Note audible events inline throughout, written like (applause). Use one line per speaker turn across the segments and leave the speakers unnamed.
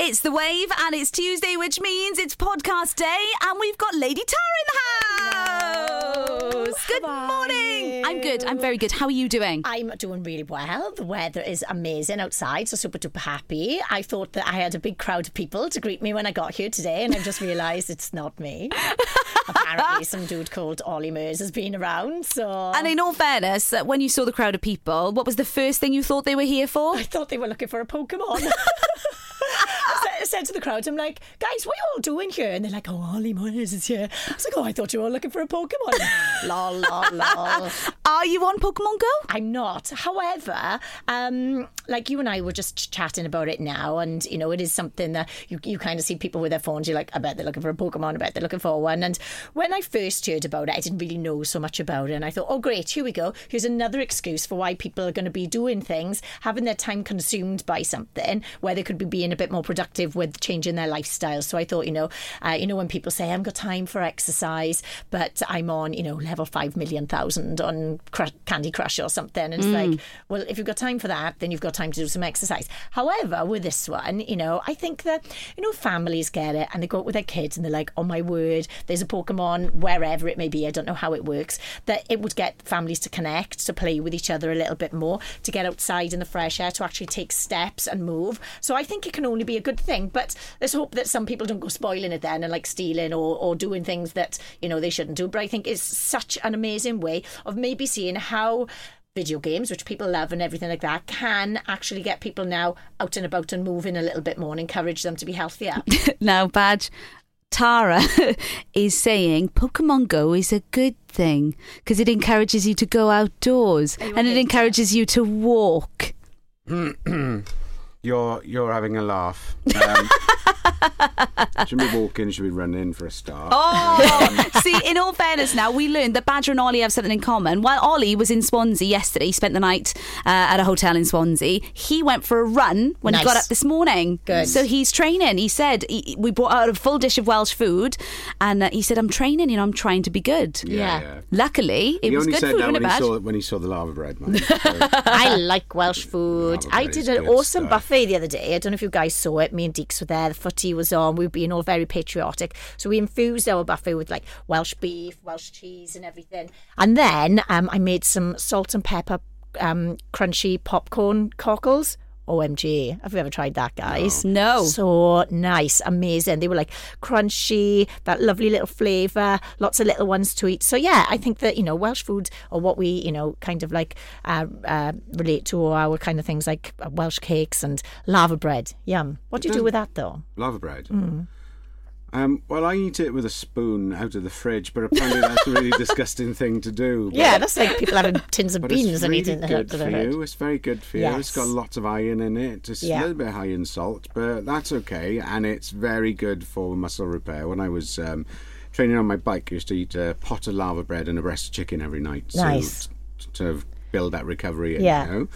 It's The Wave and it's Tuesday, which means it's podcast day, and we've got Lady Tara in the house. Good
how are
morning.
you?
I'm good. I'm very good. How are you doing?
I'm doing really well. The weather is amazing outside, so super duper happy. I thought that I had a big crowd of people to greet me when I got here today, and I've just realised it's not me. Apparently, some dude called Ollie Mers has been around, so
And in all fairness, uh, when you saw the crowd of people, what was the first thing you thought they were here for?
(laughs) I thought they were looking for a Pokemon. I said- I said to the crowd, I'm like, guys, what are you all doing here? And they're like, oh, Ollie Mers is here. I was like, oh, I thought you were all looking for a Pokemon. lol, lol, lol.
Are you on Pokemon Go? (laughs)
I'm not. However, um, like you and I were just chatting about it now, and you know, it is something that you, you kind of see people with their phones. You're like, I bet they're looking for a Pokemon, I bet they're looking for one. And when I first heard about it, I didn't really know so much about it. And I thought, oh, great, here we go. Here's another excuse for why people are going to be doing things, having their time consumed by something where they could be being a bit more productive with changing their lifestyle. So I thought, you know, uh, you know, when people say, I haven't got time for exercise, but I'm on, you know, level 5 million thousand on cr- Candy Crush or something. And it's like, well, if you've got time for that, then you've got time to do some exercise. However, with this one, you know, I think that, you know, families get it and they go out with their kids and they're like, oh my word, there's a Pokemon, wherever it may be, I don't know how it works, that it would get families to connect, to play with each other a little bit more, to get outside in the fresh air, to actually take steps and move. So I think it can only be a good thing. But let's hope that some people don't go spoiling it then and like stealing or, or doing things that, you know, they shouldn't do. But I think it's such an amazing way of maybe seeing how video games, which people love and everything like that, can actually get people now out and about and moving a little bit more and encourage them to be healthier.
now, Badge, Tara (laughs) is saying Pokemon Go is a good thing because it encourages you to go outdoors and it encourages you to walk.
You're you're having
(laughs)
a laugh. Um, should be walking, should be running for a start.
Oh, see, in all fairness, now we learned that Badger and Ollie have something in common. While Ollie was in Swansea yesterday, he spent the night uh, at a hotel in Swansea. He went for a run when he
Nice.
got up this morning.
Good.
So he's training. He said he, we brought out a full dish of Welsh food, and uh, he said, "I'm training. You know, I'm trying to be good."
Yeah.
Luckily, it
He
was
only
good
said
food.
that
wasn't
when
it,
he
Badge?
saw when he saw the lava
(laughs)
bread. Man. So,
I like Welsh food.
Lava
I
bread
did
is
an
good
awesome
stuff.
buffet the other day. I don't know if you guys saw it. Me and Deeks were there. The footy was on. We were being all very patriotic. So we infused our buffet with like Welsh beef, Welsh cheese, and everything. And then um, I made some salt and pepper um, crunchy popcorn cockles. OMG. Have you ever tried that, guys?
No.
So nice, amazing. They were like crunchy, that lovely little flavour, lots of little ones to eat. So yeah, I think that you know Welsh food or what we you know kind of like uh, uh, relate to or our kind of things like uh, Welsh cakes and lava bread. Yum. What
Mm.
do you do with that
(laughs)
though?
lava bread.
Mm.
Um, well, I eat it with a spoon out of the fridge, but apparently that's
(laughs)
a really disgusting thing to do. But,
Yeah, that's like people having tins of
(laughs) but
beans
it's
and
really
eating the
good
the
for you. It's very good for you. It's
Yes.
got lots of iron in it. It's
Yeah.
a little bit high in salt, but that's okay. And it's very good for muscle repair. When I was um, training on my bike, I used to eat a pot of lava bread and a breast of chicken every night. so
Nice.
t- to build that recovery. In,
Yeah.
You know?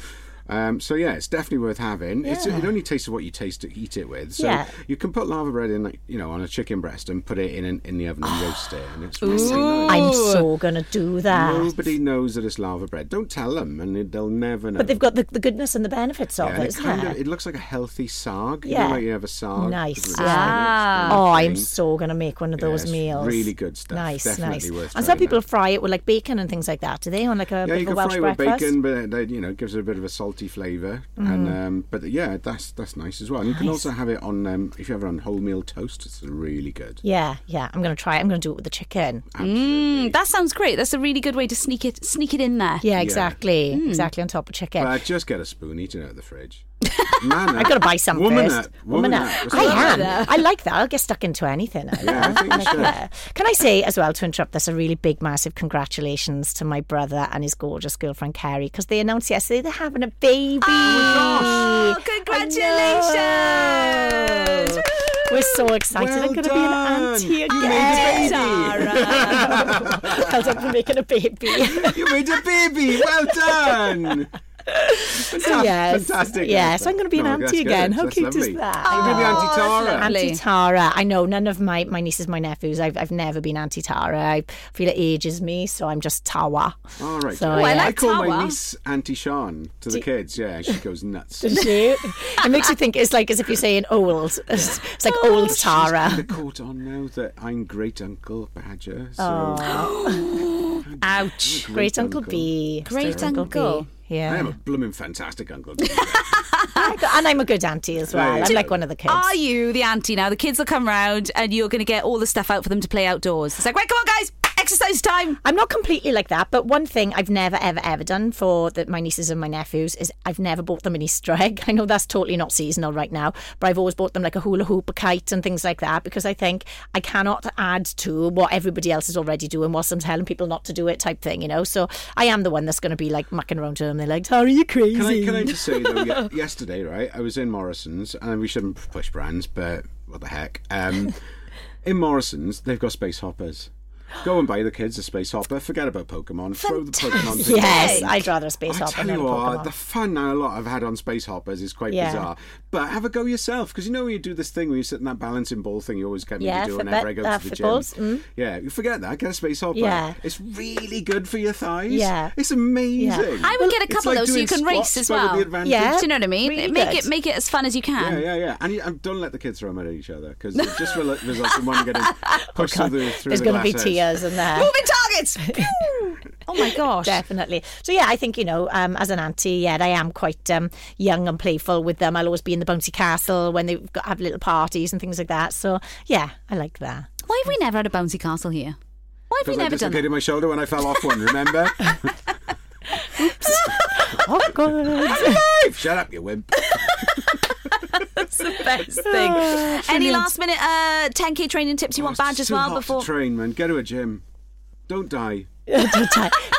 Um, so yeah, it's definitely worth having. It's, it only tastes of what you taste it, eat it with. So
Yeah.
you can put lava bread in, like you know, on a chicken breast and put it in an, in the oven and roast it, and it's really nice.
I'm so gonna do that.
Nobody knows that it's lava bread. Don't tell them, and it, they'll never know.
But they've got the, the goodness and the benefits of
Yeah,
it,
and it,
isn't
kind
it?
of, it looks like a healthy sarg. You
Yeah.
know, like you have a sarg.
Nice.
with
Ah.
spinach and
Oh, I'm
things.
so gonna make one of
Yeah,
those
it's
meals.
Really good stuff.
Nice,
Definitely
nice.
Worth
and some
trying
people
that.
fry it with like bacon and things like that. Do they on like a
Yeah,
bit of a
you can
Welsh
fry it with
breakfast?
bacon, but it, they- you know, it gives it a bit of a salty flavour. And
Mm.
um, but yeah, that's that's nice as well. And you can also have it on um, if you have it on wholemeal toast. It's really good.
Yeah, Mm. yeah. I'm gonna try it. I'm gonna do it with the chicken.
Absolutely.
Hmm, That sounds great. That's a really good way to sneak it sneak it in there.
Yeah, exactly, exactly. On top of chicken.
But just get a spoon, eat it out of the fridge. (laughs) Man,
I gotta buy some
woman
first.
Up,
Woman
woman
up.
up. What's that?
I am. I like that. I'll get stuck into anything. I
(laughs) Yeah, I think you should.
Uh, Can I say as well to interrupt this a really big, massive congratulations to my brother and his gorgeous girlfriend Carrie because they announced yesterday they're having a baby.
Oh,
I know.
congratulations!
We're so excited. I'm
Well
going to be an
done.
auntie
You
again.
made
(laughs)
(laughs)
Tara. Held up for making a baby.
You made a baby. Well done.
So yes,
fantastic
Yeah,
answer.
so I'm going to be an
No, that's
auntie again.
good.
How
That's
cute
lovely.
is that? Oh,
You're gonna be Auntie Tara.
lovely.
Auntie Tara. I know none of my, my nieces, my nephews. I've, I've never been Auntie Tara. I feel it ages me, so I'm just
(laughs)
Tawa.
All right.
So, Oh, I yeah.
like
call
Tawa.
my niece Auntie Sean to the kids. Yeah, she goes nuts.
it makes you think it's like as if you're saying old. (laughs) It's, it's like old
The
Tara.
caught on now that I'm great uncle Badger. So
Ouch.
Great Uncle B.
Great uncle.
I am
Yeah.
a blooming fantastic uncle.
I got- And I'm a good auntie as well.
Right.
I'm like one of the kids.
Are you the auntie now? The kids will come round and you're going to get all the stuff out for them to play outdoors. It's like, right, come on, guys, exercise time.
I'm not completely like that, but one thing I've never, ever, ever done for the, my nieces and my nephews is I've never bought them an Easter egg. (laughs) I know that's totally not seasonal right now, but I've always bought them like a hula hoop, a kite, and things like that because I think I cannot add to what everybody else is already doing whilst I'm telling people not to do it type thing, you know? So I am the one that's going to be like mucking around to them. They're like, Tara, you crazy?
Can I, can I just say though, ye- yesterday, right? I was in Morrison's, and we shouldn't push brands, but what the heck? Um, in Morrison's, they've got space hoppers. Go and buy the kids a space hopper. Forget about Pokemon. Throw the Pokemon. thing.
Yes, I'd rather a space
I
hopper
tell
than a
you what, the
Pokemon.
fun now a lot I've had on space hoppers is quite
Yeah.
bizarre. But have a go yourself because you know when you do this thing where you sit in that balancing ball thing you always get me
Yeah,
to do
foot-
whenever I go
uh,
to the gym.
footballs, mm.
Yeah, you forget that. Get a space hopper.
Yeah.
it's really good for your thighs.
Yeah.
it's amazing.
Yeah. I would
I would get a
It's
couple
like
of those so you
doing
can race
squats,
as
but with
well.
the advantage.
Yeah.
Do you know what I mean?
Really
make
good.
it make it as fun as you can.
Yeah, yeah, yeah. And, you- and don't let the kids throw them at each other because it just rel-
(laughs)
results in one getting pushed through the
Oh,
through
There's
the
going to be
glass
tears in
(laughs)
there.
Moving targets. Pew! oh my gosh.
Definitely. So yeah, I think you know, um, as an auntie, yeah, I am quite um, young and playful with them. I'll always be in the bouncy castle when they have got have little parties and things like that. So yeah, I like that.
(laughs) Why have we never had a bouncy castle here? Why have we
Because I
never done that?
dislocated my shoulder when I fell off
(laughs)
one. Remember?
Oh (laughs) God.
Shut up, you wimp.
That's the best
Ah.
thing. Any last minute uh, 10k training tips you want,
Oh,
Badge,
it's
as
too
well?
hot
Before
to train, man. Get to a gym. Don't die.
Do you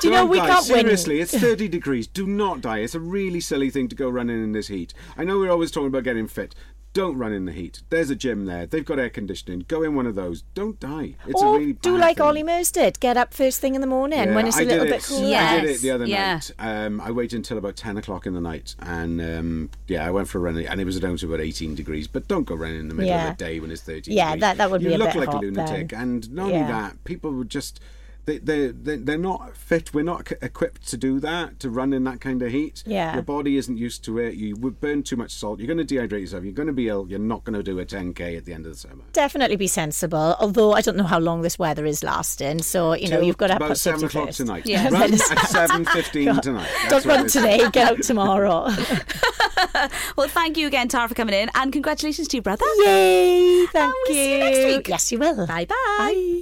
know
Don't
we
die.
can't
Seriously,
win? (laughs)
it's 30 degrees. Do not die. It's a really silly thing to go running in this heat. I know we're always talking about getting fit. Don't run in the heat. There's a gym there. They've got air conditioning. Go in one of those. Don't die. It's
Or
a really
Oh, do
bad
like
thing.
Ollie Murs did, get up first thing in the morning
Yeah,
when it's a
I did
little
it.
bit cooler.
Yeah.
I did it the other
Yeah.
night. Um, I waited until about 10 o'clock in the night and um, yeah, I went for a run and it was down to about 18 degrees. But don't go running in the middle
Yeah.
of the day when it's 13
Yeah,
degrees.
that- that would
you
be a
look
bit
like
hot
a lunatic.
then.
And not only
Yeah.
that, people would just. They, they, they, they're not fit. We're not c- equipped to do that, to run in that kind of heat.
Yeah.
Your body isn't used to it. You would burn too much salt. You're going to dehydrate yourself. You're going to be ill. You're not going to do a 10K at the end of the summer.
Definitely be sensible, although I don't know how long this weather is lasting. So you know
Till
Oh, you've got to
about
put
7
something
o'clock
first. (laughs)
tonight.
Yeah.
Run at 7.15 tonight. That's
Don't
what
run
it is.
today. Get out tomorrow. (laughs)
well, thank you again, Tara, for coming in, and congratulations to your brother.
Yay! Thank
we'll
you.
see you next week.
Yes, you will.
Bye bye.